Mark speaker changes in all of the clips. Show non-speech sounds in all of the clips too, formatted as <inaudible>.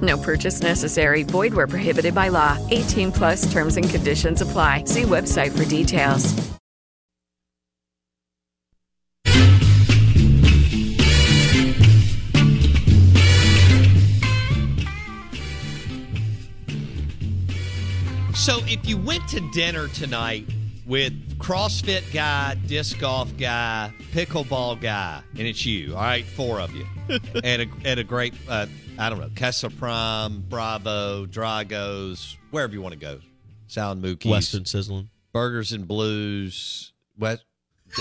Speaker 1: No purchase necessary. Void where prohibited by law. 18 plus terms and conditions apply. See website for details.
Speaker 2: So, if you went to dinner tonight with CrossFit guy, disc golf guy, pickleball guy, and it's you, all right, four of you, at a at a great, uh, I don't know, Kessler Prime, Bravo, Dragos, wherever you want to go, Sound Mookies,
Speaker 3: Western Sizzling,
Speaker 2: Burgers and Blues. What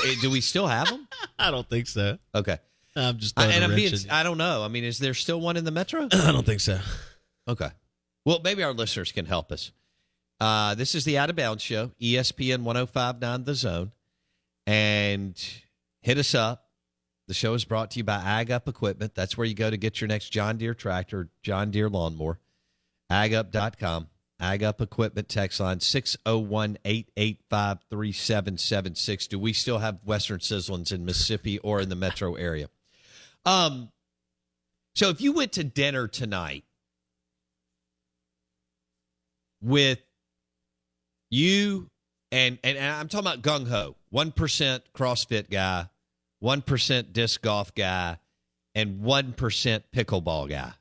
Speaker 2: Eh, do we still have them?
Speaker 3: I don't think so.
Speaker 2: Okay,
Speaker 3: I'm just
Speaker 2: I, and
Speaker 3: I'm
Speaker 2: I'm being, I don't know. I mean, is there still one in the metro?
Speaker 3: <clears throat> I don't think so.
Speaker 2: Okay. Well, maybe our listeners can help us. Uh, this is the Out of Bounds Show, E ESPN 1059 The Zone. And hit us up. The show is brought to you by Ag Up Equipment. That's where you go to get your next John Deere tractor, John Deere lawnmower. AgUp.com. Ag Up Equipment text line 601 885 3776. Do we still have Western Sizzlings in Mississippi or in the metro area? Um, so if you went to dinner tonight with you and, and and I'm talking about gung ho, one percent CrossFit guy, one percent disc golf guy, and one percent pickleball guy.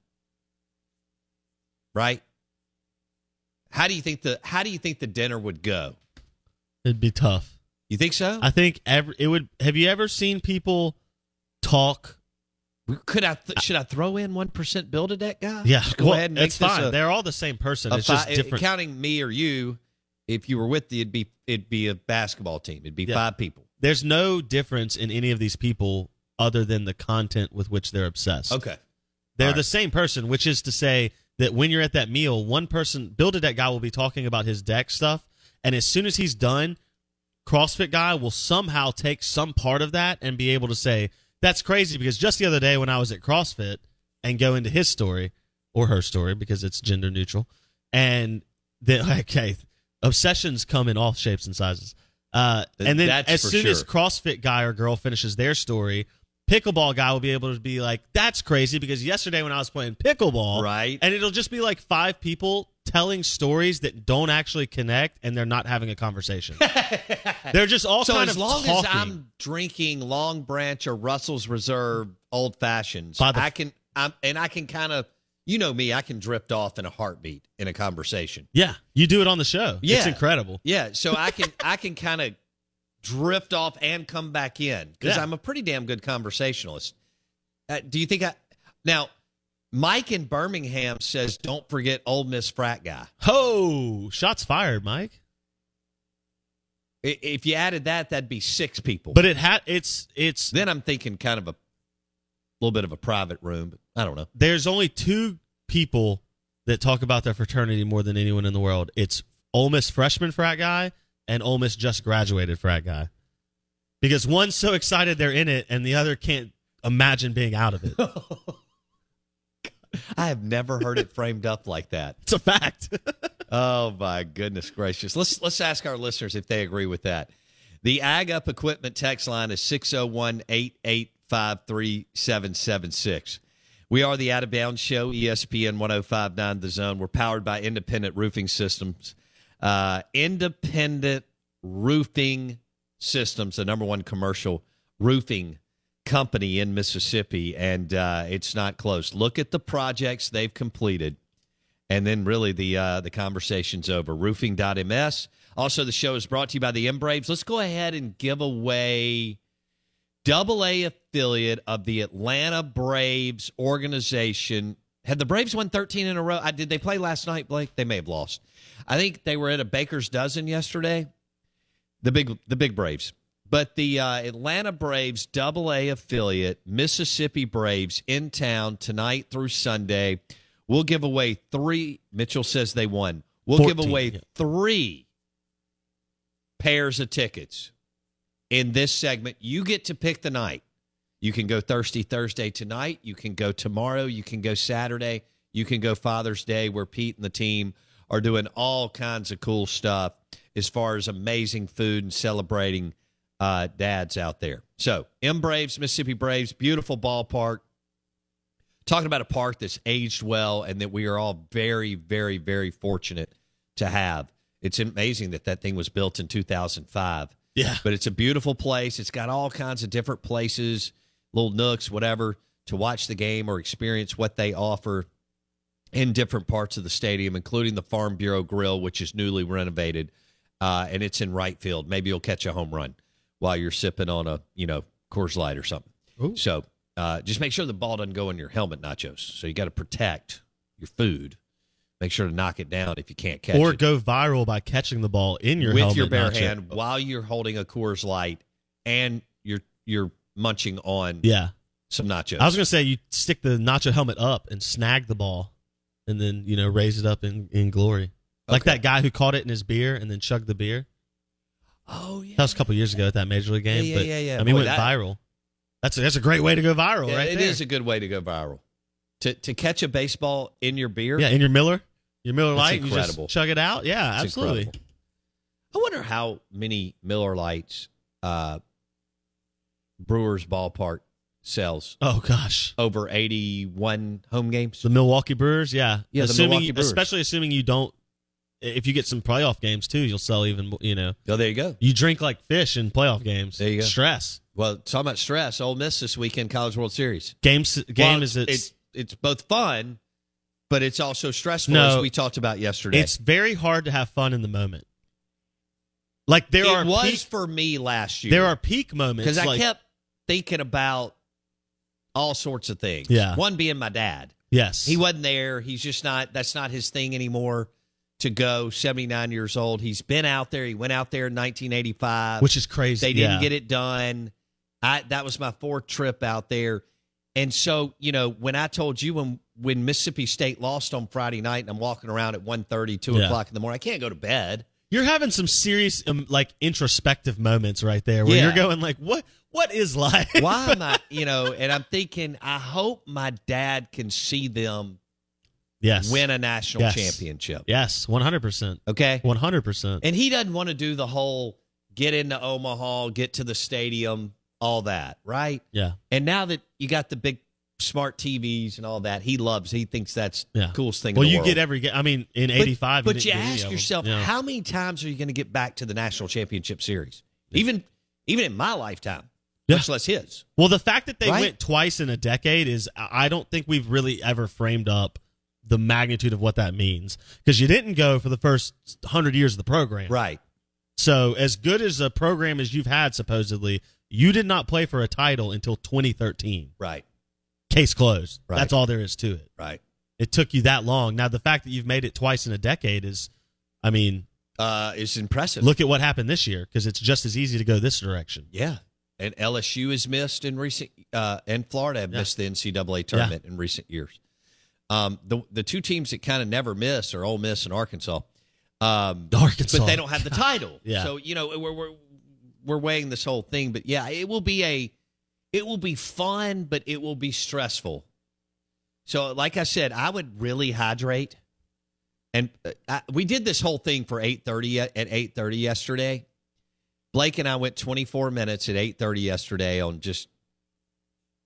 Speaker 2: Right? How do you think the how do you think the dinner would go?
Speaker 3: It'd be tough.
Speaker 2: You think so?
Speaker 3: I think every, it would. Have you ever seen people talk?
Speaker 2: Could I th- should I throw in one percent build a deck guy?
Speaker 3: Yeah,
Speaker 2: Just go
Speaker 3: well,
Speaker 2: ahead and make
Speaker 3: it's
Speaker 2: this
Speaker 3: fine.
Speaker 2: a-
Speaker 3: They're all the same person.
Speaker 2: a
Speaker 3: It's just
Speaker 2: fi-
Speaker 3: different.
Speaker 2: Counting me or you, if you were with the, it'd be it'd be a basketball team. It'd be
Speaker 3: Yeah.
Speaker 2: five people.
Speaker 3: There's no difference in any of these people other than the content with which they're obsessed.
Speaker 2: Okay.
Speaker 3: They're
Speaker 2: All right.
Speaker 3: the same person, which is to say that when you're at that meal, one person, Bill Deck guy, will be talking about his deck stuff, and as soon as he's done, CrossFit guy will somehow take some part of that and be able to say, "That's crazy," because just the other day when I was at CrossFit and go into his story or her story because it's gender neutral, and then <laughs> okay, obsessions come in all shapes and sizes. Uh, and then
Speaker 2: That's
Speaker 3: as
Speaker 2: for
Speaker 3: soon as
Speaker 2: sure.
Speaker 3: CrossFit guy or girl finishes their story, pickleball guy will be able to be like, "That's crazy," because yesterday when I was playing pickleball,
Speaker 2: Right.
Speaker 3: and it'll just be like five people telling stories that don't actually connect, and they're not having
Speaker 2: <laughs>
Speaker 3: a conversation. they're just all
Speaker 2: so
Speaker 3: kind
Speaker 2: as
Speaker 3: of
Speaker 2: long
Speaker 3: talking.
Speaker 2: as I'm drinking Long Branch or Russell's Reserve old fashions,
Speaker 3: By the-
Speaker 2: I can I'm, and I can kind of you know me, I can drift off in a heartbeat in a conversation.
Speaker 3: yeah, you do it on the show. it's
Speaker 2: Yeah.
Speaker 3: incredible.
Speaker 2: Yeah, so I
Speaker 3: <laughs>
Speaker 2: can I can kind of drift off and come back in because
Speaker 3: Yeah.
Speaker 2: I'm a pretty damn good conversationalist. Uh, do you think I now? Mike in Birmingham says, "Don't forget Old Miss Frat guy."
Speaker 3: Ho! Shots fired, Mike.
Speaker 2: I- If you added that, that'd be six people.
Speaker 3: But it had it's it's
Speaker 2: then I'm thinking kind of a little bit of a private room. But I don't know.
Speaker 3: there's only two people that talk about their fraternity more than anyone in the world. It's Ole Miss freshman frat guy and Ole Miss just graduated frat guy. Because one's so excited they're in it and the other can't imagine being out <laughs> of it.
Speaker 2: I have never heard it framed up like that.
Speaker 3: It's a fact.
Speaker 2: <laughs> Oh my goodness gracious. Let's let's ask our listeners if they agree with that. The Ag Up Equipment text line is 601-885-3776. We are the Out of Bounds Show, E ESPN 1059 The Zone. We're powered by Independent Roofing Systems. Uh, independent Roofing Systems, the number one commercial roofing company in Mississippi, and uh, it's not close. Look at the projects they've completed and then really the uh, the conversation's over. Roofing.ms. Also, the show is brought to you by the M Braves. Let's go ahead and give away double A affiliate of the Atlanta Braves organization. Had the Braves won 13 in a row? I, did they play last night, Blake? They may have lost. I think they were at a baker's dozen yesterday. The big the big Braves. But the uh, Atlanta Braves double A affiliate, Mississippi Braves, in town tonight through Sunday. We'll give away three. Mitchell says they won. We'll give
Speaker 3: 14,
Speaker 2: away
Speaker 3: yeah.
Speaker 2: three pairs of tickets in this segment. You get to pick the night. You can go Thirsty Thursday tonight. You can go tomorrow. You can go Saturday. You can go Father's Day, where Pete and the team are doing all kinds of cool stuff as far as amazing food and celebrating uh, dads out there. So, M Braves, Mississippi Braves, beautiful ballpark. Talking about a park that's aged well and that we are all very, very, very fortunate to have. It's amazing that that thing was built in 2005
Speaker 3: Yeah.
Speaker 2: but it's a beautiful place. It's got all kinds of different places, little nooks, whatever, to watch the game or experience what they offer in different parts of the stadium, including the Farm Bureau Grill, which is newly renovated, uh, and it's in right field. Maybe you'll catch a home run while you're sipping on a you know Coors Light or something.
Speaker 3: Ooh.
Speaker 2: So uh, just make sure the ball doesn't go in your helmet, nachos. So you got to protect your food. Make sure to knock it down if you can't catch
Speaker 3: or
Speaker 2: it
Speaker 3: go viral by catching the ball in your
Speaker 2: with
Speaker 3: helmet,
Speaker 2: your bare
Speaker 3: not
Speaker 2: hand while you're holding a Coors Light and you're you're munching on
Speaker 3: Yeah,
Speaker 2: some nachos.
Speaker 3: I was gonna say you stick the nacho helmet up and snag the ball, and then you know raise it up in, in glory, like
Speaker 2: Okay.
Speaker 3: that guy who caught it in his beer and then chugged the beer.
Speaker 2: oh yeah,
Speaker 3: That was a couple years ago at that major league game.
Speaker 2: Yeah, yeah,
Speaker 3: but,
Speaker 2: yeah, yeah.
Speaker 3: I mean,
Speaker 2: Boy,
Speaker 3: went
Speaker 2: that-
Speaker 3: viral. That's a, that's a great way to go viral,
Speaker 2: Yeah,
Speaker 3: right?
Speaker 2: it
Speaker 3: there.
Speaker 2: is a good way to go viral. To to catch a baseball in your beer,
Speaker 3: yeah, in your Miller, your Miller
Speaker 2: That's
Speaker 3: Light, you
Speaker 2: incredible.
Speaker 3: just chug it out. Yeah,
Speaker 2: it's
Speaker 3: absolutely.
Speaker 2: incredible. I wonder how many Miller Lights uh, Brewers Ballpark sells
Speaker 3: Oh gosh,
Speaker 2: over eighty-one home games.
Speaker 3: the Milwaukee Brewers. Yeah,
Speaker 2: Yeah, the
Speaker 3: Assuming,
Speaker 2: Milwaukee Brewers.
Speaker 3: especially assuming you don't, if you get some playoff games too, you'll sell even. more, You know,
Speaker 2: Oh, there you go.
Speaker 3: you drink like fish in playoff games.
Speaker 2: There you go.
Speaker 3: Stress.
Speaker 2: Well, talking about stress, Ole Miss this weekend, College World Series.
Speaker 3: Game s- game
Speaker 2: Well,
Speaker 3: is it's,
Speaker 2: it's it's both fun, but it's also stressful
Speaker 3: No.
Speaker 2: as we talked about yesterday.
Speaker 3: it's very hard to have fun in the moment. Like there
Speaker 2: it
Speaker 3: are
Speaker 2: was
Speaker 3: peak,
Speaker 2: for me last year.
Speaker 3: there are peak moments
Speaker 2: because I
Speaker 3: like-
Speaker 2: kept thinking about all sorts of things.
Speaker 3: Yeah.
Speaker 2: one being my dad.
Speaker 3: yes
Speaker 2: He wasn't there. He's just not. That's not his thing anymore. To go, seventy nine years old. He's been out there. He went out there in nineteen eighty five.
Speaker 3: which is crazy.
Speaker 2: They didn't
Speaker 3: yeah.
Speaker 2: get it done. I that was my fourth trip out there. And so, you know, when I told you when when Mississippi State lost on Friday night and I'm walking around at 1.30, 2
Speaker 3: Yeah.
Speaker 2: o'clock in the morning, I can't go to bed.
Speaker 3: You're having some serious um, like introspective moments right there where
Speaker 2: Yeah.
Speaker 3: you're going like what what is life?
Speaker 2: Why am I, you know, and I'm thinking, I hope my dad can see them
Speaker 3: <laughs> yes.
Speaker 2: win a national
Speaker 3: Yes.
Speaker 2: championship.
Speaker 3: Yes, 100%.
Speaker 2: Okay.
Speaker 3: 100%.
Speaker 2: And he doesn't want to do the whole get into Omaha, get to the stadium, all that, right?
Speaker 3: yeah.
Speaker 2: And now that you got the big smart TVs and all that, he loves. He thinks that's
Speaker 3: Yeah.
Speaker 2: the coolest thing.
Speaker 3: Well,
Speaker 2: in the
Speaker 3: you
Speaker 2: world.
Speaker 3: get every ga- I mean in
Speaker 2: But-
Speaker 3: 85
Speaker 2: But,
Speaker 3: didn't
Speaker 2: you
Speaker 3: get any of
Speaker 2: ask
Speaker 3: them.
Speaker 2: yourself,
Speaker 3: Yeah.
Speaker 2: how many times are you going to get back to the national championship series? Even even in my lifetime,
Speaker 3: Yeah.
Speaker 2: much less his.
Speaker 3: Well, the fact that they
Speaker 2: Right?
Speaker 3: went twice in a decade is, I I don't think we've really ever framed up the magnitude of what that means because you didn't go for the first 100 years of the program.
Speaker 2: Right.
Speaker 3: So, as good as a program as you've had, supposedly, you did not play for a title until 2013.
Speaker 2: Right.
Speaker 3: Case closed.
Speaker 2: Right.
Speaker 3: That's all there is to it.
Speaker 2: Right.
Speaker 3: It took you that long. Now, the fact that you've made it twice in a decade is, I mean,
Speaker 2: Uh, it's impressive.
Speaker 3: look at what happened this year because it's just as easy to go this direction. <laughs>
Speaker 2: Yeah. And LSU has missed in recent, uh, and Florida have
Speaker 3: Yeah.
Speaker 2: missed the NCAA tournament in recent years. Um, the the two teams that kind of never miss are Ole Miss and Arkansas. Um,
Speaker 3: Arkansas.
Speaker 2: but they don't have the title.
Speaker 3: Yeah.
Speaker 2: So you know we're we're we're weighing this whole thing, but yeah, it will be a it will be fun, but it will be stressful. So like I said, I would really hydrate. and uh, I, we did this whole thing for 8.30 at 8.30 yesterday blake and i went 24 minutes at 8.30 yesterday on just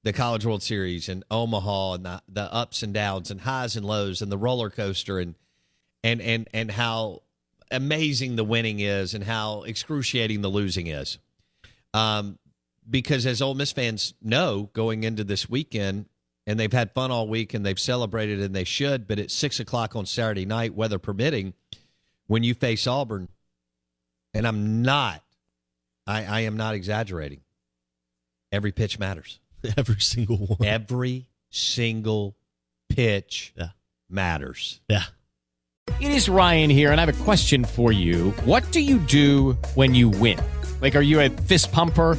Speaker 2: the college world series and omaha and the, the ups and downs and highs and lows and the roller coaster and and and and how amazing the winning is and how excruciating the losing is um, because as Ole Miss fans know going into this weekend, and they've had fun all week and they've celebrated and they should, but at six o'clock on Saturday night, weather permitting, when you face Auburn, and I'm not, I, I am not exaggerating. Every pitch matters.
Speaker 3: Every single one.
Speaker 2: Every single pitch
Speaker 3: Yeah.
Speaker 2: matters.
Speaker 3: Yeah.
Speaker 4: It is Ryan here, and I have a question for you. What do you do when you win? Like, are you a fist pumper?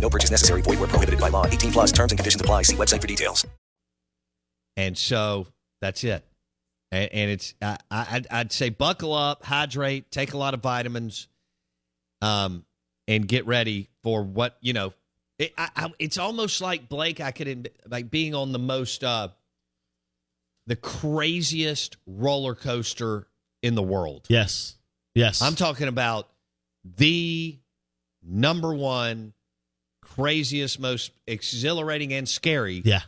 Speaker 5: No purchase necessary. Void where prohibited by law. 18 plus terms and conditions apply. See website for details.
Speaker 2: And so that's it. And, and it's I, I I'd- I'd say buckle up, hydrate, take a lot of vitamins, um, and get ready for what you know. It, I, I, it's almost like Blake. I could in- like being on the most uh, the craziest roller coaster in the world.
Speaker 3: Yes. Yes.
Speaker 2: I'm talking about the number one craziest, most exhilarating and scary
Speaker 3: yeah.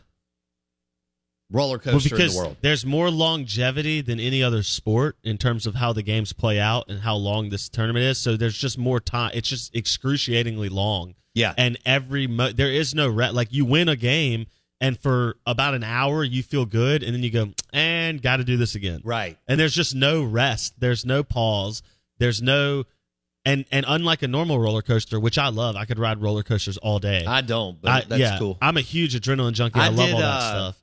Speaker 2: roller
Speaker 3: Well,
Speaker 2: coaster in
Speaker 3: because
Speaker 2: the world.
Speaker 3: there's more longevity than any other sport in terms of how the games play out and how long this tournament is. So there's just more time. It's just excruciatingly long.
Speaker 2: Yeah.
Speaker 3: And every mo- there is no re- like you win a game and for about an hour you feel good and then you go and got to do this again.
Speaker 2: Right.
Speaker 3: And there's just no rest. There's no pause. There's no and and unlike a normal roller coaster, which I love, I could ride roller coasters all day.
Speaker 2: I don't, but
Speaker 3: I-
Speaker 2: that's
Speaker 3: yeah,
Speaker 2: cool.
Speaker 3: I'm a huge adrenaline junkie. I,
Speaker 2: I
Speaker 3: love
Speaker 2: did,
Speaker 3: all that
Speaker 2: uh,
Speaker 3: stuff.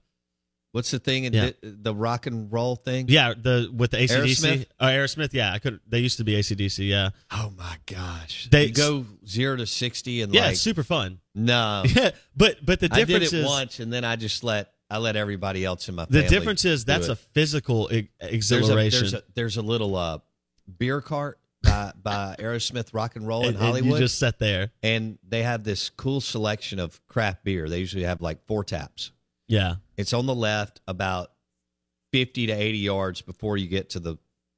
Speaker 2: What's the thing? in
Speaker 3: Yeah.
Speaker 2: The, the rock and roll thing?
Speaker 3: Yeah, the with the ACDC,
Speaker 2: Aerosmith?
Speaker 3: uh, Aerosmith. Yeah, I could. They used to be ACDC. Yeah,
Speaker 2: Oh my gosh.
Speaker 3: They-
Speaker 2: They go zero to sixty and
Speaker 3: yeah,
Speaker 2: like
Speaker 3: it's
Speaker 2: <laughs>
Speaker 3: super fun.
Speaker 2: no.
Speaker 3: <laughs> Yeah, but but the
Speaker 2: I did
Speaker 3: difference
Speaker 2: it
Speaker 3: is
Speaker 2: once and then I just let I let everybody else in my
Speaker 3: the
Speaker 2: family
Speaker 3: difference is
Speaker 2: do
Speaker 3: that's
Speaker 2: it.
Speaker 3: a physical e-
Speaker 2: there's a,
Speaker 3: exhilaration.
Speaker 2: there's a there's a little uh beer cart by by Aerosmith Rock and Roll Oh, in
Speaker 3: And- and
Speaker 2: Hollywood.
Speaker 3: you just sat there.
Speaker 2: and they have this cool selection of craft beer. They usually have like four taps.
Speaker 3: Yeah,
Speaker 2: It's on the left about 50 to 80 yards before you get to the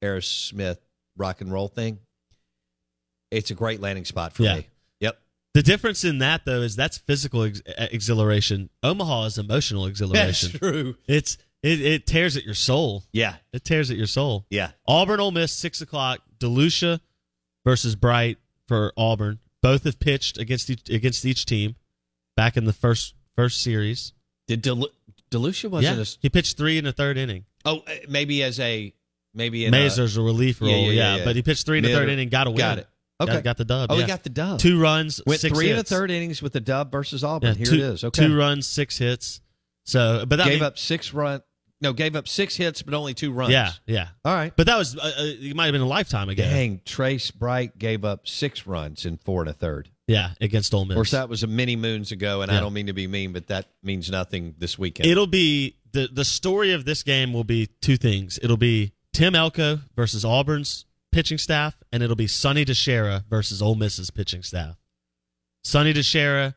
Speaker 2: Aerosmith rock and roll thing. It's a great landing spot for
Speaker 3: Yeah.
Speaker 2: me.
Speaker 3: <laughs>
Speaker 2: Yep.
Speaker 3: the difference in that though is that's physical ex- e- exhilaration. Omaha
Speaker 2: <laughs>
Speaker 3: is emotional exhilaration.
Speaker 2: true.
Speaker 3: It's it, it tears at your soul.
Speaker 2: Yeah.
Speaker 3: It tears at your soul.
Speaker 2: Yeah.
Speaker 3: Auburn Ole Miss, six o'clock. Delucia versus Bright for Auburn. Both have pitched against each, against each team back in the first first series.
Speaker 2: Did Delu- Delucia wasn't
Speaker 3: yeah,
Speaker 2: a s-
Speaker 3: he pitched three in the third inning.
Speaker 2: Oh, uh, maybe as a maybe in uh,
Speaker 3: Mazer's a relief
Speaker 2: yeah,
Speaker 3: role, yeah,
Speaker 2: yeah, yeah, yeah.
Speaker 3: but he pitched three in the
Speaker 2: Mid-
Speaker 3: third inning, got a win.
Speaker 2: Got it. Okay.
Speaker 3: got, got the
Speaker 2: a,
Speaker 3: dub.
Speaker 2: Oh,
Speaker 3: yeah.
Speaker 2: he got the dub.
Speaker 3: two runs,
Speaker 2: Went
Speaker 3: six
Speaker 2: three
Speaker 3: hits.
Speaker 2: and a third innings with the dub versus Auburn.
Speaker 3: Yeah,
Speaker 2: Here
Speaker 3: two,
Speaker 2: it is. Okay.
Speaker 3: two runs, six hits. So, but that
Speaker 2: gave
Speaker 3: mean-
Speaker 2: up six run. No, gave up six hits, but only two runs.
Speaker 3: Yeah, yeah.
Speaker 2: All right.
Speaker 3: But that was uh, uh, it might have been a lifetime ago.
Speaker 2: Dang, Trace Bright gave up six runs in four and a third.
Speaker 3: Yeah, against Ole
Speaker 2: Of
Speaker 3: Miss.
Speaker 2: course, that was a many moons ago, and
Speaker 3: Yeah.
Speaker 2: I don't mean to be mean, but that means nothing this weekend.
Speaker 3: It'll be the the story of this game will be two things. It'll be Tim Elko versus Auburn's pitching staff, and it'll be Sonny DeShera versus Ole Miss's pitching staff. Sonny DeShera,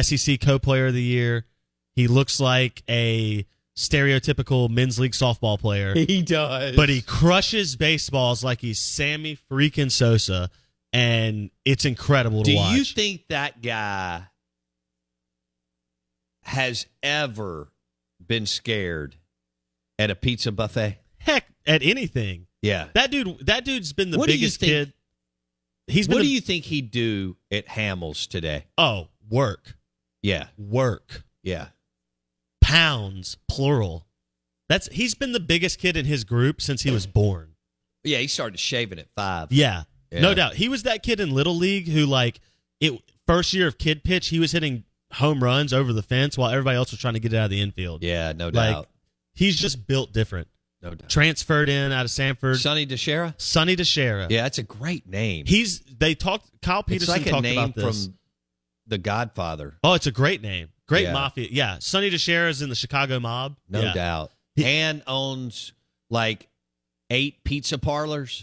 Speaker 3: SEC co-player of the year. He looks like a stereotypical men's league softball player.
Speaker 2: he does,
Speaker 3: but he crushes baseballs like he's Sammy freaking Sosa, and it's incredible to
Speaker 2: Do
Speaker 3: watch.
Speaker 2: you think that guy has ever been scared at a pizza buffet?
Speaker 3: Heck, at anything.
Speaker 2: Yeah.
Speaker 3: That dude. That dude's been the
Speaker 2: What do you
Speaker 3: biggest
Speaker 2: think-
Speaker 3: kid. He's been.
Speaker 2: what
Speaker 3: the-
Speaker 2: do you think he'd do at Hamels today?
Speaker 3: oh, work,
Speaker 2: Yeah,
Speaker 3: work.
Speaker 2: yeah.
Speaker 3: pounds, plural. That's he's been the biggest kid in his group since he was born.
Speaker 2: Yeah, he started shaving at five.
Speaker 3: Yeah,
Speaker 2: Yeah.
Speaker 3: no doubt. He was that kid in little league who, like, it first year of kid pitch, he was hitting home runs over the fence while everybody else was trying to get it out of the infield.
Speaker 2: Yeah, no
Speaker 3: like,
Speaker 2: doubt.
Speaker 3: He's just built different.
Speaker 2: No doubt.
Speaker 3: Transferred in out of Sanford.
Speaker 2: Sonny DeShera?
Speaker 3: Sonny DeShera.
Speaker 2: Yeah, that's a great name.
Speaker 3: He's they talked. Kyle Peterson
Speaker 2: it's like a
Speaker 3: talked
Speaker 2: name
Speaker 3: about this.
Speaker 2: from The Godfather.
Speaker 3: oh, it's a great name. Great
Speaker 2: Yeah.
Speaker 3: mafia. Yeah, Sonny DeShera is in the Chicago Mob.
Speaker 2: No
Speaker 3: Yeah.
Speaker 2: doubt. and owns like eight pizza
Speaker 3: <laughs>
Speaker 2: parlors,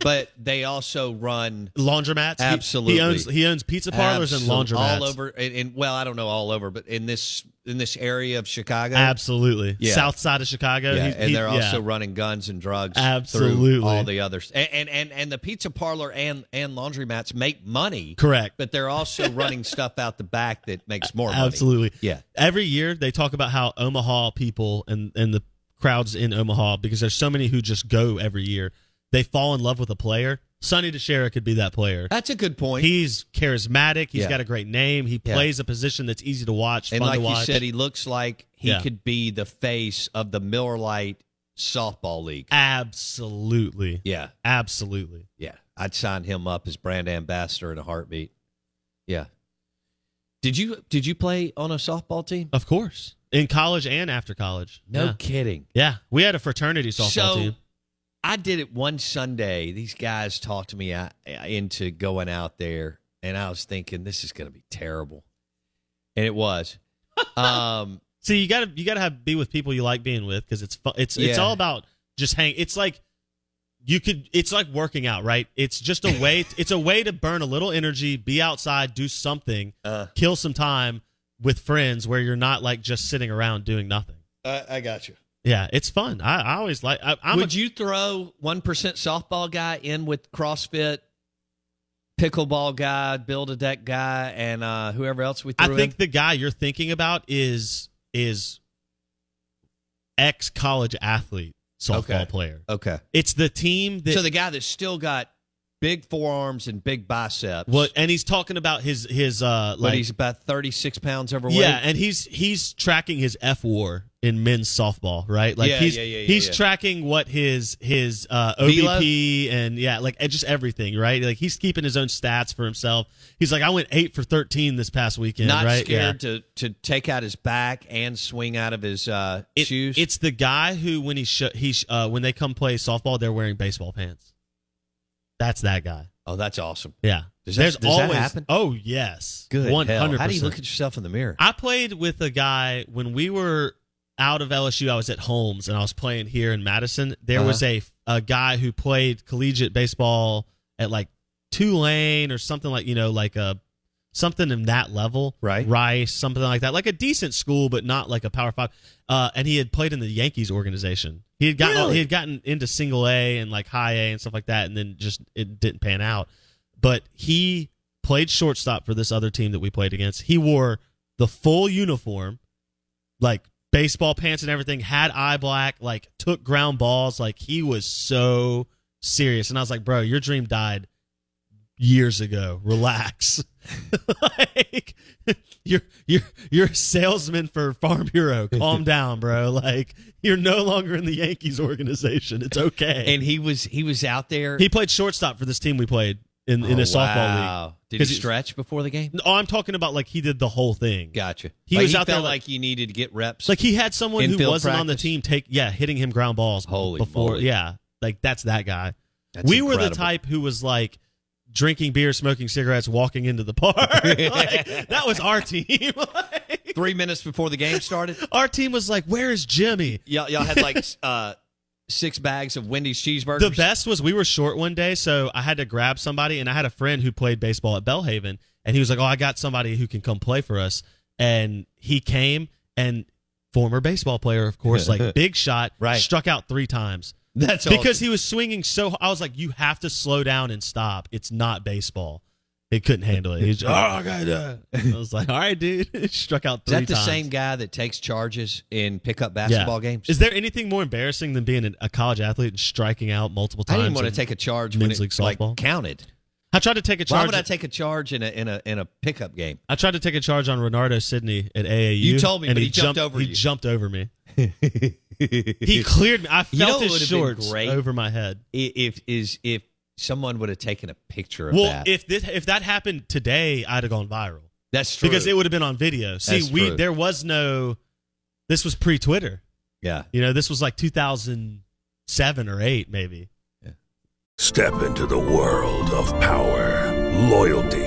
Speaker 2: but they also run
Speaker 3: <laughs> Laundromats. He-
Speaker 2: Absolutely,
Speaker 3: He, owns he owns pizza parlors
Speaker 2: Absol-
Speaker 3: and laundromats.
Speaker 2: all over. In, in well, I don't know all over, but in this in this area of Chicago,
Speaker 3: Absolutely.
Speaker 2: Yeah.
Speaker 3: South side of Chicago.
Speaker 2: Yeah,
Speaker 3: he-
Speaker 2: and
Speaker 3: he-
Speaker 2: they're
Speaker 3: yeah.
Speaker 2: also running guns and drugs. through
Speaker 3: Absolutely.
Speaker 2: all the others, and, and and and the pizza parlor and and laundromats make money.
Speaker 3: Correct.
Speaker 2: but they're
Speaker 3: <laughs>
Speaker 2: also running stuff out the back that makes more money.
Speaker 3: Absolutely.
Speaker 2: Yeah.
Speaker 3: Every year they talk about how Omaha people and, and the crowds in Omaha, because there's so many who just go every year, they fall in love with a player. Sonny DeShera could be that player.
Speaker 2: That's a good point.
Speaker 3: He's charismatic. He's
Speaker 2: Yeah.
Speaker 3: got a great name. He
Speaker 2: Yeah.
Speaker 3: plays a position that's easy to watch,
Speaker 2: And
Speaker 3: fun
Speaker 2: like
Speaker 3: to
Speaker 2: you
Speaker 3: watch.
Speaker 2: said, he looks like he
Speaker 3: Yeah.
Speaker 2: could be the face of the Miller Lite softball league.
Speaker 3: Absolutely.
Speaker 2: Yeah,
Speaker 3: Absolutely.
Speaker 2: yeah. I'd sign him up as brand ambassador in a heartbeat. Yeah. Did you did you play on a softball team?
Speaker 3: Of course. In college and after college.
Speaker 2: No
Speaker 3: Yeah.
Speaker 2: kidding.
Speaker 3: Yeah. We had a fraternity softball
Speaker 2: so
Speaker 3: team.
Speaker 2: I did it one Sunday. These guys talked me out, eh, into going out there, and I was thinking this is going to be terrible, and it <laughs> was. um,
Speaker 3: See, you gotta you gotta have be with people you like being with because it's fun. It's it's
Speaker 2: Yeah.
Speaker 3: all about just hang. It's like you could. It's like working out, right? It's just
Speaker 2: <laughs>
Speaker 3: a way. it's a way to burn a little energy, be outside, do something,
Speaker 2: Uh,
Speaker 3: kill some time with friends where you're not like just sitting around doing nothing.
Speaker 2: I, I got you.
Speaker 3: Yeah, it's fun. I, I always like. I, I'm
Speaker 2: Would
Speaker 3: a,
Speaker 2: you throw one percent softball guy in with CrossFit, pickleball guy, build a deck guy, and uh, whoever else we
Speaker 3: I
Speaker 2: threw
Speaker 3: think the guy you're thinking about is is ex college athlete softball
Speaker 2: Okay.
Speaker 3: player.
Speaker 2: in? Okay.
Speaker 3: It's the team that
Speaker 2: so the guy that's still got big forearms and big biceps,
Speaker 3: Well, and he's talking about his his uh
Speaker 2: but
Speaker 3: like
Speaker 2: he's about thirty six pounds overweight.
Speaker 3: yeah, and he's he's tracking his F war in men's softball, right? Like
Speaker 2: Yeah,
Speaker 3: he's
Speaker 2: yeah, yeah, yeah,
Speaker 3: he's
Speaker 2: yeah.
Speaker 3: tracking what his his uh
Speaker 2: Velo?
Speaker 3: OBP and yeah, like and just everything, right? Like he's keeping his own stats for himself. He's like I went 8 for 13 this past weekend,
Speaker 2: not
Speaker 3: right?
Speaker 2: scared to to take out his back and swing out of his uh,
Speaker 3: It-
Speaker 2: shoes.
Speaker 3: It's the guy who when he sh- he sh- uh when they come play softball, they're wearing baseball pants. That's that guy.
Speaker 2: oh, that's awesome.
Speaker 3: Yeah.
Speaker 2: Does that-
Speaker 3: There's
Speaker 2: does that
Speaker 3: always
Speaker 2: happen?
Speaker 3: Oh, yes.
Speaker 2: Good.
Speaker 3: 100%.
Speaker 2: hell. How do you look at yourself in the mirror?
Speaker 3: I played with a guy when we were out of LSU. I was at Holmes and I was playing here in Madison. There was a a guy who played collegiate baseball at like Tulane or something like you know like a something in that level,
Speaker 2: Right.
Speaker 3: Rice, something like that, like a decent school, but not like a Power Five. Uh, and he had played in the Yankees organization. He had gotten
Speaker 2: Really?
Speaker 3: he had gotten into single A and like high A and stuff like that, and then just it didn't pan out. But he played shortstop for this other team that we played against. He wore the full uniform, like baseball pants and everything, had eye black, like took ground balls, like he was so serious. And I was like, bro, your dream died years ago. Relax. <laughs> like you're you're you're a salesman for Farm
Speaker 2: <laughs>
Speaker 3: Bureau. Calm down, bro. Like you're no longer in the Yankees organization. It's okay.
Speaker 2: and he was he was out there
Speaker 3: he played shortstop for this team we played in in
Speaker 2: Oh,
Speaker 3: a softball
Speaker 2: wow.
Speaker 3: league.
Speaker 2: Did
Speaker 3: 'Cause
Speaker 2: he
Speaker 3: it's-
Speaker 2: stretch before the game?
Speaker 3: Oh, I'm talking about like he did the whole thing.
Speaker 2: Gotcha.
Speaker 3: He
Speaker 2: Like,
Speaker 3: was out there
Speaker 2: felt
Speaker 3: like-
Speaker 2: like you needed to get reps.
Speaker 3: Like he had someone who
Speaker 2: Infield
Speaker 3: wasn't on the
Speaker 2: practice?
Speaker 3: team take yeah, hitting him ground balls b-
Speaker 2: Holy
Speaker 3: before
Speaker 2: moly.
Speaker 3: yeah. Like that's that guy.
Speaker 2: That's
Speaker 3: we were the
Speaker 2: incredible.
Speaker 3: type who was like drinking beer, smoking cigarettes, walking into the park. <laughs> Like, that was our team. <laughs> Like,
Speaker 2: three minutes before the game started.
Speaker 3: <laughs> our team was like, "Where is Jimmy?"
Speaker 2: Y'all, y'all had like s- uh, six bags of Wendy's cheeseburgers.
Speaker 3: The best was we were short one day, so I had to grab somebody, and I had a friend who played baseball at Bellhaven, and he was like, "Oh, I got somebody who can come play for us," and he came, and former baseball player, of
Speaker 2: <laughs>
Speaker 3: course, like big shot,
Speaker 2: Right.
Speaker 3: struck out three times.
Speaker 2: That's
Speaker 3: because
Speaker 2: awesome.
Speaker 3: he was swinging so. I was like, "You have to slow down and stop. It's not baseball." He couldn't handle it.
Speaker 2: <laughs>
Speaker 3: He's just, <laughs> oh, I got that. I was like, "All right, dude." <laughs> struck out
Speaker 2: Is
Speaker 3: three
Speaker 2: that the
Speaker 3: times.
Speaker 2: same guy that takes charges in pickup
Speaker 3: Yeah.
Speaker 2: basketball games?
Speaker 3: Is there anything more embarrassing than being an- a college athlete and striking out multiple
Speaker 2: I
Speaker 3: times?
Speaker 2: didn't want to
Speaker 3: and-
Speaker 2: take a charge when
Speaker 3: men's
Speaker 2: it
Speaker 3: league
Speaker 2: like
Speaker 3: softball?
Speaker 2: counted.
Speaker 3: I tried to take a charge.
Speaker 2: Why would I take a charge in a in a in a pickup
Speaker 3: <laughs>
Speaker 2: game?
Speaker 3: I tried to take a charge on Renardo Sydney at AAU.
Speaker 2: You told me,
Speaker 3: and
Speaker 2: but
Speaker 3: he,
Speaker 2: he jumped over
Speaker 3: He
Speaker 2: you.
Speaker 3: jumped over me. he cleared me. I felt
Speaker 2: You know what
Speaker 3: his
Speaker 2: would've been
Speaker 3: shorts
Speaker 2: great?
Speaker 3: over my head.
Speaker 2: I- If is if someone would have taken a picture of
Speaker 3: Well,
Speaker 2: that.
Speaker 3: if this if that happened today, I'd have gone viral.
Speaker 2: That's true.
Speaker 3: because it would have been on video. See,
Speaker 2: That's
Speaker 3: we
Speaker 2: true.
Speaker 3: there was no. This was pre Twitter.
Speaker 2: Yeah.
Speaker 3: You know, this was like 2007 or eight, maybe.
Speaker 6: Step into the world of power, loyalty,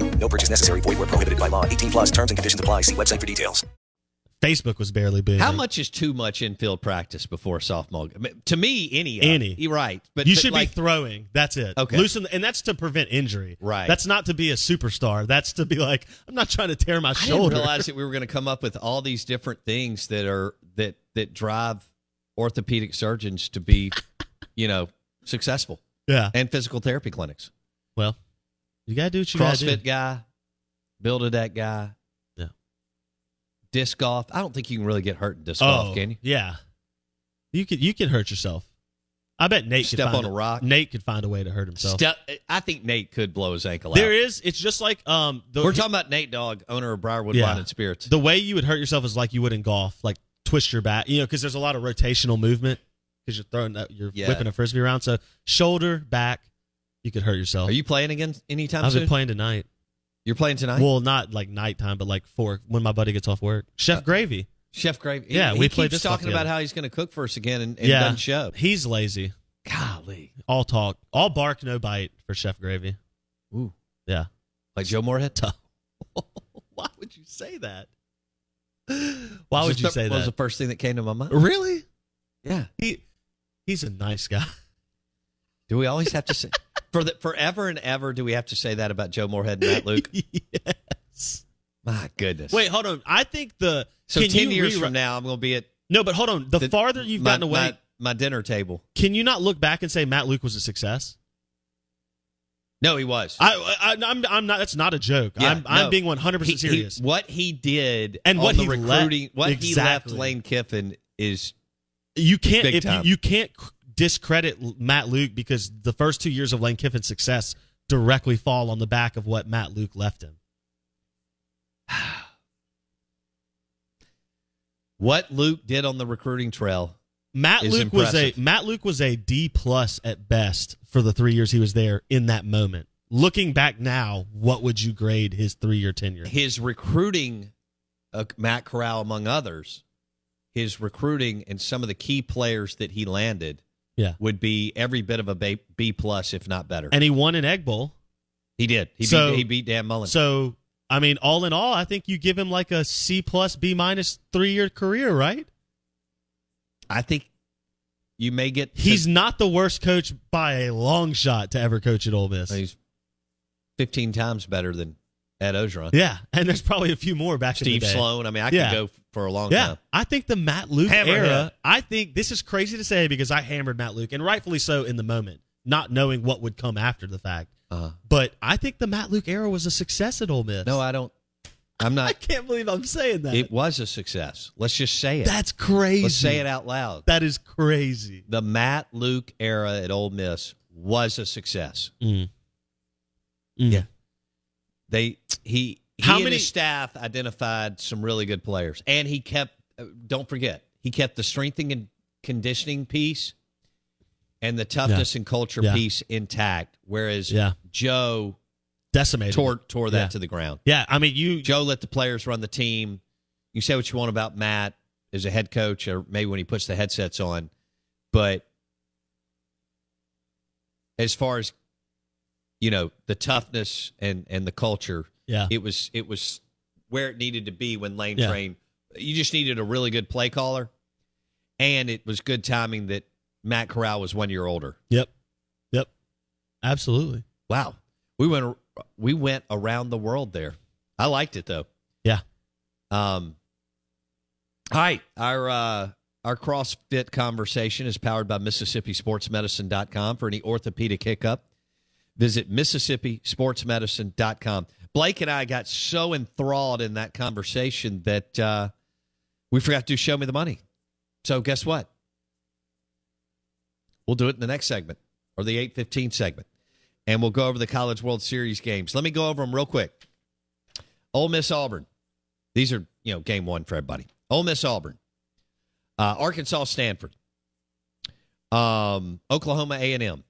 Speaker 7: No purchase necessary. Void where prohibited by law. 18 plus terms and conditions apply. See website for details.
Speaker 3: Facebook was barely big.
Speaker 2: How much is too much infield practice before sophomore? I mean, to me, any of it.
Speaker 3: Any.
Speaker 2: You're right, but
Speaker 3: you
Speaker 2: but
Speaker 3: should
Speaker 2: like,
Speaker 3: be throwing. That's it.
Speaker 2: Okay.
Speaker 3: Loosen, and that's to prevent injury.
Speaker 2: Right.
Speaker 3: That's not to be a superstar. That's to be like, I'm not trying to tear my
Speaker 2: I
Speaker 3: shoulder.
Speaker 2: didn't realize that we were going to come up with all these different things that are that that drive orthopedic surgeons to be, you know, successful.
Speaker 3: Yeah.
Speaker 2: and physical therapy clinics.
Speaker 3: Well, you gotta do what you gotta
Speaker 2: CrossFit
Speaker 3: do.
Speaker 2: guy, builder that guy.
Speaker 3: Yeah.
Speaker 2: Disc golf. I don't think you can really get hurt in disc
Speaker 3: Oh,
Speaker 2: golf, can you?
Speaker 3: Yeah. You could you could hurt yourself. I bet Nate could
Speaker 2: Step
Speaker 3: find
Speaker 2: on a rock.
Speaker 3: Nate could find a way to hurt himself.
Speaker 2: Step, I think Nate could blow his ankle
Speaker 3: There
Speaker 2: out.
Speaker 3: is. It's just like um. The,
Speaker 2: We're talking about Nate Dogg, owner of Briarwood
Speaker 3: Yeah.
Speaker 2: Wine and Spirits.
Speaker 3: the way you would hurt yourself is like you would in golf, like twist your back, you know, because there's a lot of rotational movement because you're throwing that, you're
Speaker 2: Yeah.
Speaker 3: whipping a frisbee around. So shoulder back, you could hurt yourself.
Speaker 2: Are you playing again anytime
Speaker 3: I've
Speaker 2: soon?
Speaker 3: been playing tonight.
Speaker 2: You're playing tonight?
Speaker 3: Well, not like nighttime, but like four when my buddy gets off work. Chef
Speaker 2: Uh,
Speaker 3: Gravy.
Speaker 2: Chef Grave. he-
Speaker 3: Yeah,
Speaker 2: he
Speaker 3: we played
Speaker 2: keeps
Speaker 3: disc golf
Speaker 2: talking about
Speaker 3: together.
Speaker 2: how he's going to cook for us again and, and
Speaker 3: yeah,
Speaker 2: doesn't show.
Speaker 3: he's lazy.
Speaker 2: Golly,
Speaker 3: All talk, all bark, no bite for Chef Gravy.
Speaker 2: Ooh.
Speaker 3: yeah,
Speaker 2: like Joe Moorhead.
Speaker 3: Why would you say that? Why would you say
Speaker 2: That was the
Speaker 3: that?
Speaker 2: first thing that came to my mind.
Speaker 3: Really?
Speaker 2: Yeah.
Speaker 3: He he's a nice guy.
Speaker 2: Do we always have to
Speaker 3: <laughs>
Speaker 2: say for the, forever and ever? Do we have to say that about Joe Moorhead and Matt Luke?
Speaker 3: <laughs> yes.
Speaker 2: My goodness.
Speaker 3: Wait, hold on. I think the
Speaker 2: So
Speaker 3: can
Speaker 2: ten
Speaker 3: you
Speaker 2: years
Speaker 3: rewrite-
Speaker 2: from now, I'm going to be at
Speaker 3: No, but hold on. The, farther you've
Speaker 2: my,
Speaker 3: gotten away,
Speaker 2: my, my dinner table.
Speaker 3: can you not look back and say Matt Luke was a success?
Speaker 2: No, he was.
Speaker 3: I, I I'm I'm not. That's not a joke.
Speaker 2: Yeah,
Speaker 3: I'm I'm
Speaker 2: no.
Speaker 3: being 100 percent
Speaker 2: He- he-
Speaker 3: serious.
Speaker 2: what he did
Speaker 3: And
Speaker 2: on
Speaker 3: what
Speaker 2: the
Speaker 3: he let-
Speaker 2: recruiting, what he left
Speaker 3: Exactly.
Speaker 2: Lane Kiffin is
Speaker 3: you can't
Speaker 2: big
Speaker 3: if you,
Speaker 2: time.
Speaker 3: you can't c- discredit L- Matt Luke because the first two years of Lane Kiffin's success directly fall on the back of what Matt Luke left him.
Speaker 2: what Luke did on the recruiting trail.
Speaker 3: Matt
Speaker 2: is
Speaker 3: Luke was
Speaker 2: impressive.
Speaker 3: a Matt Luke was a D plus at best for the three years he was there in that moment. Looking back now, what would you grade his three year tenure?
Speaker 2: his recruiting, uh, Matt Corral among others, his recruiting and some of the key players that he landed
Speaker 3: Yeah.
Speaker 2: would be every bit of a ba- B plus, if not better.
Speaker 3: And he won an Egg Bowl.
Speaker 2: he did. He,
Speaker 3: So-
Speaker 2: beat, he beat Dan Mullen.
Speaker 3: So I mean, all in all, I think you give him like a C plus B minus three year career, right?
Speaker 2: I think you may get to-
Speaker 3: He's not the worst coach by a long shot to ever coach at Ole Miss.
Speaker 2: he's fifteen times better than Ed Ogeron.
Speaker 3: Yeah, and there's probably a few more back in the
Speaker 2: Steve
Speaker 3: day.
Speaker 2: Sloan. I mean, I
Speaker 3: Yeah.
Speaker 2: could go f- for a long
Speaker 3: yeah,
Speaker 2: time.
Speaker 3: I think the Matt Luke
Speaker 2: Hammerhead.
Speaker 3: era. I think this is crazy to say because I hammered Matt Luke, and rightfully so in the moment, not knowing what would come after the fact.
Speaker 2: Uh,
Speaker 3: But I think the Matt Luke era was a success at Ole Miss.
Speaker 2: no, I don't. I'm
Speaker 3: <laughs> I
Speaker 2: not.
Speaker 3: can't believe I'm saying that.
Speaker 2: It was a success. Let's just say it.
Speaker 3: That's crazy.
Speaker 2: Let's say it out loud.
Speaker 3: That is crazy.
Speaker 2: The Matt Luke era at Ole Miss was a success.
Speaker 3: Mm. Yeah.
Speaker 2: They he he
Speaker 3: How
Speaker 2: and
Speaker 3: many-
Speaker 2: his staff identified some really good players, and he kept. uh, Don't forget, he kept the strengthening and conditioning piece, and the toughness and culture
Speaker 3: Yeah.
Speaker 2: piece intact. Whereas
Speaker 3: Yeah.
Speaker 2: Joe
Speaker 3: decimated.
Speaker 2: Tore tore that
Speaker 3: Yeah.
Speaker 2: to the ground.
Speaker 3: Yeah, I mean you
Speaker 2: Joe let the players run the team. You say what you want about Matt as a head coach, or maybe when he puts the headsets on, but as far as you know, the toughness and and the culture,
Speaker 3: Yeah.
Speaker 2: it was it was where it needed to be when Lane
Speaker 3: Yeah.
Speaker 2: Train. You just needed a really good play caller, and it was good timing that Matt Corral was one year older.
Speaker 3: Yep. Yep. Absolutely.
Speaker 2: Wow, we went we went around the world there. I liked it though.
Speaker 3: Yeah.
Speaker 2: Um, all right, our uh, our CrossFit conversation is powered by MississippiSportsMedicine.com. For any orthopedic hiccup, visit MississippiSportsMedicine.com. Blake and I got so enthralled in that conversation that uh, we forgot to do show me the money. So guess what? We'll do it in the next segment or the eight fifteen segment, and we'll go over the College World Series games. Let me go over them real quick. Ole Miss Auburn. These are, you know, game one for everybody. Ole Miss Auburn. Uh, Arkansas Stanford. Um, Oklahoma A&M.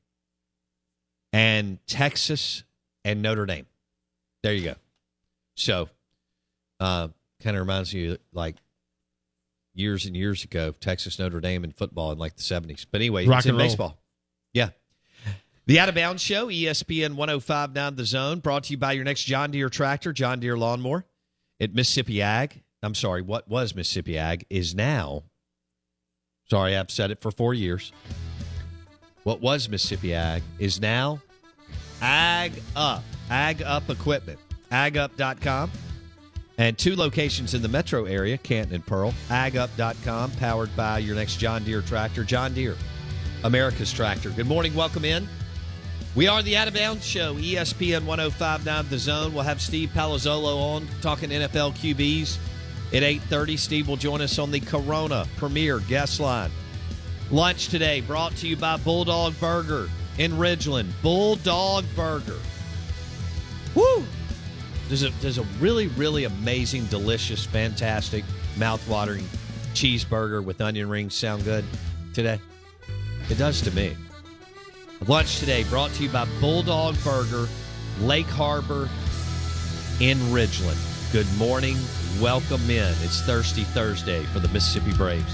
Speaker 2: And Texas and Notre Dame. There you go. So uh, kind of reminds you like years and years ago, Texas Notre Dame in football in like the 70s. But anyway,
Speaker 3: Rock
Speaker 2: it's in
Speaker 3: and roll.
Speaker 2: baseball. Yeah. The Out of Bounds Show, E ESPN 1059 The Zone, brought to you by your next John Deere tractor, John Deere Lawnmower at Mississippi Ag. I'm sorry, what was Mississippi Ag is now. Sorry, I've said it for four years. What was Mississippi Ag is now Ag Up, Ag Up Equipment, agup.com, and two locations in the metro area, Canton and Pearl. Agup.com, powered by your next John Deere tractor, John Deere, America's tractor. Good morning, welcome in. We are the Out of Bounds Show, E ESPN 1059 The Zone. We'll have Steve Palazzolo on talking NFL QBs at 8.30. Steve will join us on the Corona Premier Guest Line. Lunch today brought to you by Bulldog Burger in Ridgeland. Bulldog Burger. Woo! There's a, there's a really, really amazing, delicious, fantastic, mouth-watering cheeseburger with onion rings. Sound good today? It does to me. Lunch today brought to you by Bulldog Burger, Lake Harbor, in Ridgeland. Good morning. Welcome in. It's Thirsty Thursday for the Mississippi Braves.